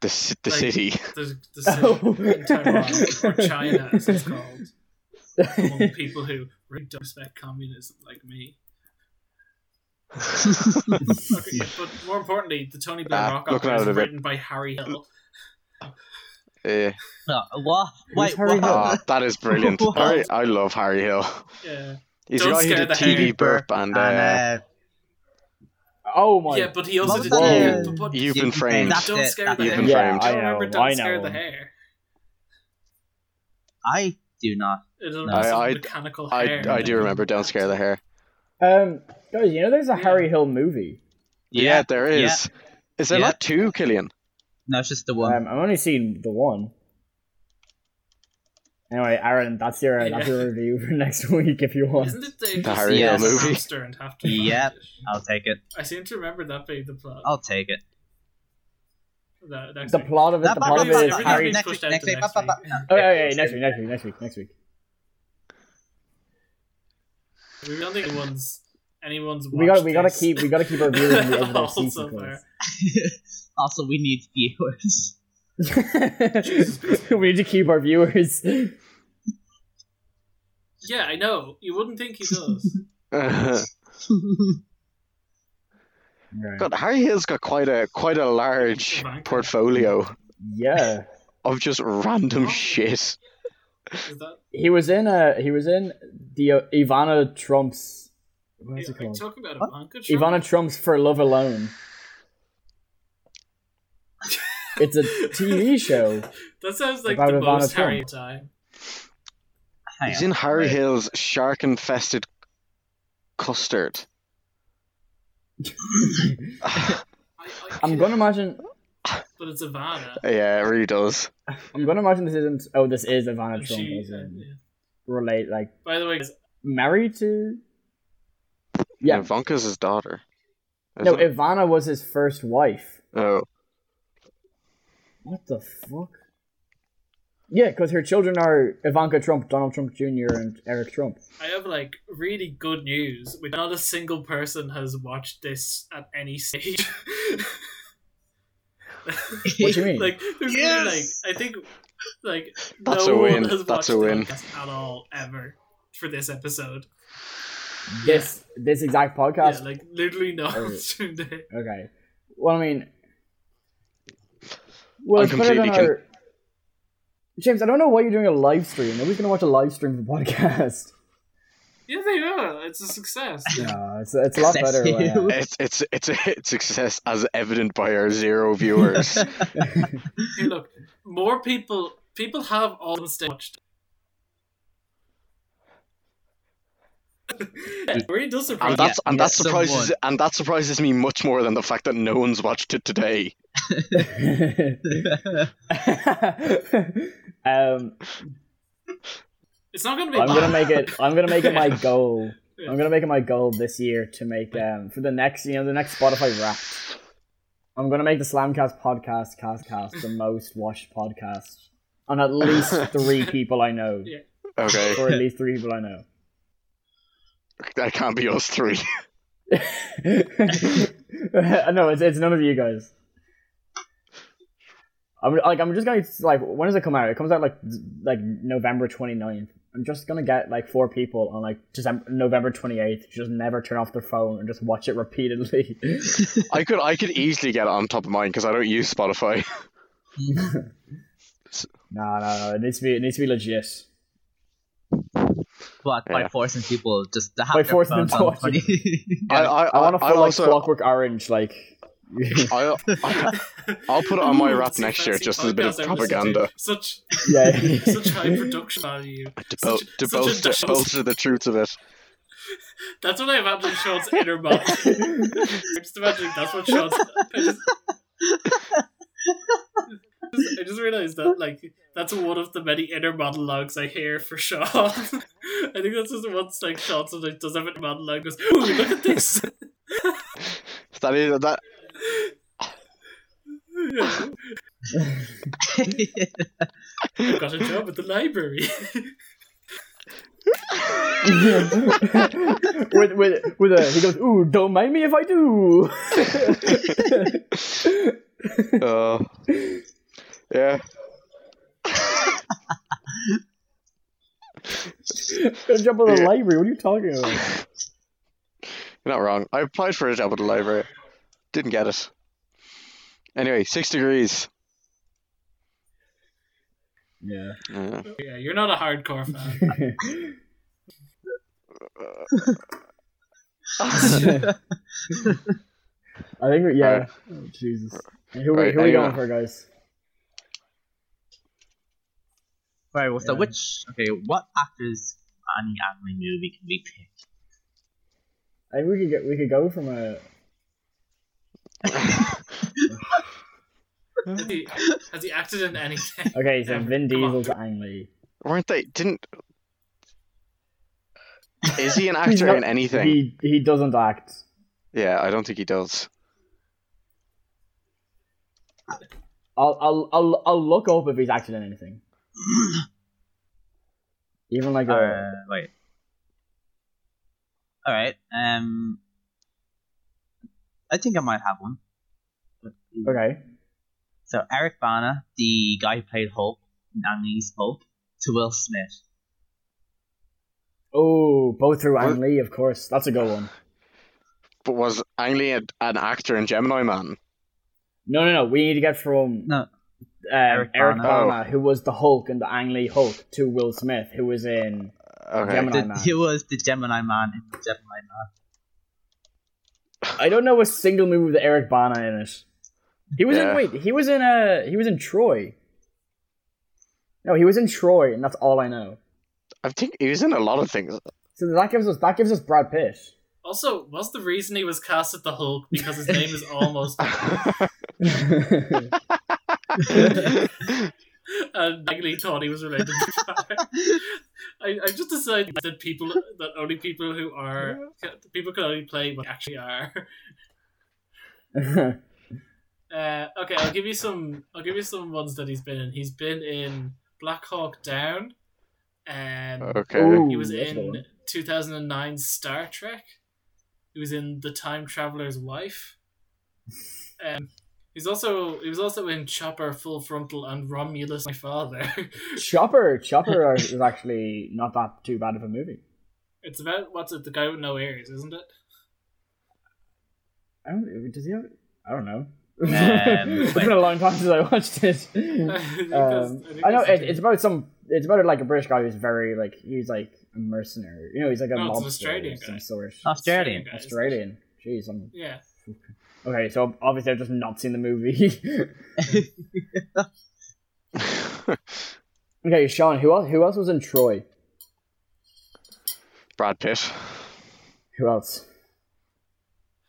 the ci- the
Like-
city.
The, the
Oh.
city in Taiwan, or China, as it's called, among people who really don't respect communism like me. Okay, but more importantly, the Tony Blair
Ah,
rock opera
looking at
is
it a bit.
written by Harry Hill.
Yeah.
Oh, what?
Who's
Wait,
Harry
what?
Oh, that is brilliant.
What?
Harry, I love Harry Hill.
Yeah,
He's
Don't
the guy who
scare
did
the
TV
hairy
burp and, uh,
and, uh,
Oh my!
yeah, but he also
What
did.
was
Yeah,
that?
but, but
You've Been Framed.
That's
don't
it,
scare
that's
the
You've
hair.
Been
Yeah,
Framed.
I
I
don't remember.
know.
Don't
I
scare the
know.
hair.
I do not.
It'll
No.
have some
I- I-
mechanical
I,
hair.
I do remember Don't Scare the Hair.
Um, guys, you know there's a
Yeah.
Harry Hill movie.
Yeah, there
yeah.
is. Is there
Yeah.
not two, Killian?
No, it's just the one.
Um, I've only seen the one. Anyway, Aaron, that's your that's your review for next week if you want.
Isn't it the,
The Harry
Hill
yes.
movie?
hamster and have to find
Yep. Oh.
it?
I'll take it.
I seem to remember that being the plot.
I'll take it.
The, the,
The plot of it. The
That
plot of
might
it
be-
is
everything's
Harry.
been
Next
pushed
week,
out
next
to
week,
next
up, up,
week.
Oh yeah, yeah, yeah, next week, next week, next week, next week.
We don't think anyone's anyone's.
We got
watched
we gotta
this.
keep we gotta keep reviewing the end of the
Also
season.
there.
also, we need viewers.
Jesus
please. we need to keep our viewers.
Yeah, I know. You wouldn't think he does.
God,
Right.
Harry Hill's got quite a quite a large
Right.
portfolio
Yeah.
of just
Oh.
random shit.
Is that?
He was in a he was in the uh, Ivana Trump's what is
Are
it
you
called?
talking about
What?
Ivanka Trump?
Ivana Trump's For Love Alone. it's a TV show.
That sounds like
About
the
Ivana
most
Trump.
Harry time.
Hang
He's
on.
in Harry Hill's shark infested custard.
I, I
I'm gonna imagine
But it's Ivana.
yeah, it really does.
I'm gonna imagine this isn't oh this is Ivana Trump
She,
as in
yeah.
relate like
By the way, guys,
married to Yeah.
Ivanka's his daughter.
No,
isn't it?
Ivana was his first wife.
oh,
What the fuck? Yeah, because her children are Ivanka Trump, Donald Trump Jr., and Eric Trump.
I have like really good news. which Not a single person has watched this at any stage.
What do you mean?
like, there's
Yes!
really, like I think like
That's
no
a win.
one has
That's
watched
a
the
win.
podcast at all ever for this episode.
This this exact
Yeah,
podcast.
like literally no
Alright.
one's tuned in.
okay. Well, I mean, well,
I'm
it's better than
completely
our. James, I don't know why you're doing a live stream. Nobody's gonna watch a live stream for podcast.
Yeah, they are. It's a success.
No, it's it's a lot better.
Excessive.
when, uh,
It's it's it's a it's success as evident by our zero viewers.
Hey, look, more people people have almost watched. it really does surprise
And that's and that
yeah,
surprises
somewhat.
and that surprises me much more than the fact that no one's watched it today.
um,
It's not going to be.
I'm gonna
bad.
make it. I'm gonna make it my goal.
Yeah.
I'm gonna make it my goal this year to make um for the next you know the next Spotify Wrapped. I'm gonna make the Slamcast podcast cast cast the most watched podcast on at least three people I know,
Yeah.
Okay,
or at least three people I know.
that can't be us three.
no, it's it's none of you guys. I'm like I'm just gonna like when does it come out? It comes out like like November 29th. I'm just gonna get like four people on like December November 28th. Just never turn off their phone and just watch it repeatedly.
I could I could easily get it on top of mine because I don't use Spotify.
no, no, no. It needs to be it needs to be legit.
But by
Yeah.
forcing people just to have
By
their
forcing them
phones
to
on
watch
for the-
I I,
I want to
I,
feel like
also
Clockwork Orange. Like
I, I I'll put it on my
Ooh,
wrap
see,
next year
fancy
just as a bit of
podcast I listened to.
propaganda
Such
yeah,
such high production value.
to, bol-
Such-
to
such a
bolster,
dose.
bolster the truth of it.
That's what I imagined Sean's inner monologue. I'm just imagining that's what Sean's. I just, I just realized that like that's one of the many inner monologues I hear for Sean. I think that's just once like Sean sometimes does have a monologue goes, "Ooh, look at this."
That is that
I got a job at the library.
with with with a he goes, ooh, don't mind me if I do.
uh, yeah.
Gonna jump on the
Yeah.
library. What are you talking about?
You're not wrong. I applied for a job at the library. Didn't get it. Anyway, six degrees.
Yeah.
Yeah.
yeah, you're not a hardcore fan.
I think we're, yeah.
Alright.
Oh, Jesus. Who, are-
Right,
who are we
anyone-
going for, guys?
Right, well, so
Yeah.
which okay, what actors on the anime movie can we pick?
I think we could get we could go from a.
Has he, has he acted in anything?
Okay, so
Yeah,
Vin
come on.
Diesel to Ang Lee.
Weren't they? Didn't. Is he an
He's
actor
not-
in anything?
He he doesn't act.
Yeah, I don't think he does.
I'll I'll I'll, I'll look up if he's acted in anything. Even like
Uh,
a,
wait. All right. Um, I think I might have one.
okay.
So Eric Bana, the guy who played Hulk, in Ang Lee's Hulk, to Will Smith.
Oh, both through Ang
What?
Lee, of course. That's a good one.
But was Ang Lee a, an actor in Gemini Man?
No, no, no. We need to get from
No.
um, Eric,
Eric
Bana.
Bana, who was the Hulk and the Ang Lee Hulk, to Will Smith, who was in
Okay.
Gemini
The-
Man.
He was the Gemini Man in the Gemini Man.
I don't know a single movie with Eric Bana in it. He was
Yeah.
in wait. He was in uh He was in Troy. No, he was in Troy, and that's all I know.
I think he was in a lot of things.
So that gives us that gives us Brad Pitt.
Also, was the reason he was cast at the Hulk because his name is almost and Bagley thought he was related to Farah. I, I just decided that people that only people who are people can only play what they actually are.
okay,
Uh, okay, I'll give you some. I'll give you some ones that he's been in. He's been in Black Hawk Down. Um,
Okay.
Ooh,
he was
that's the
in
one.
2009 Star Trek. He was in The Time Traveler's Wife. Um, he's also he was also in Chopper, Full Frontal, and Romulus, My Father.
Chopper. Chopper are- is actually not that too bad of a movie.
it's about what's it? The guy with no ears, isn't it?
I don't. Does he have? I don't know. it's
wait.
been a long time since I watched it.
I think that's-
um,
think
I know
that's the
it,
two.
it's about some. It's about like a British guy who's very like he's like a mercenary. You know, he's like a
No, it's an
mobster
Australian
of some
guy.
sort.
Australian.
guy, isn't it?
Australian. Jeez, I'm
Yeah.
okay. So obviously I've just not seen the movie. okay, Sean. Who else? Who else was in Troy?
Brad Pitt.
Who else?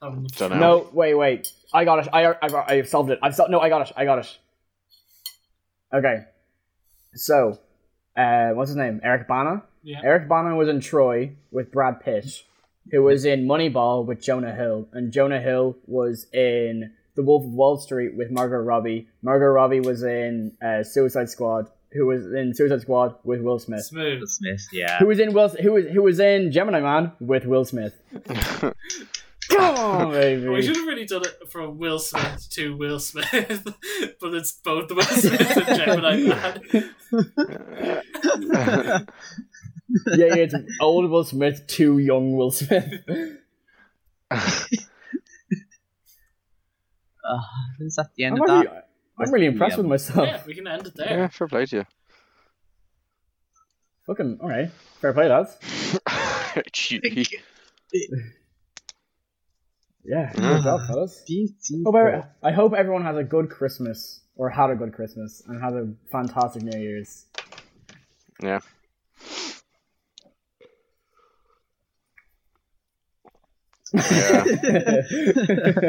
Um,
Dunno.
No, wait, wait. I got it. I I've, I've solved it. I've solved. No, I got it. I got it. Okay. So, uh, what's his name? Eric Bana.
Yeah.
Eric Bana was in Troy with Brad Pitt, who was in Moneyball with Jonah Hill, and Jonah Hill was in The Wolf of Wall Street with Margot Robbie. Margot Robbie was in uh, Suicide Squad, who was in Suicide Squad with Will Smith.
Smooth.
Will Smith, yeah.
Who was in Will? Who was who was in Gemini Man with Will Smith? Come on, baby.
We should have really done it from Will Smith to Will Smith, but it's both Will Smith and Gemini Man.
yeah, yeah, it's old Will Smith to young Will Smith.
Uh, is that the end
I'm,
of
actually-
that?
I'm really impressed with myself.
Yeah, we can end it
yeah,
there.
fair play to you.
Fucking alright. Fair play, lads.
Gee.
Yeah, good job, fellas.
Beauty.
Hope every- I hope everyone has a good Christmas, or had a good Christmas, and has a fantastic New Year's.
yeah. Yeah.
Yeah.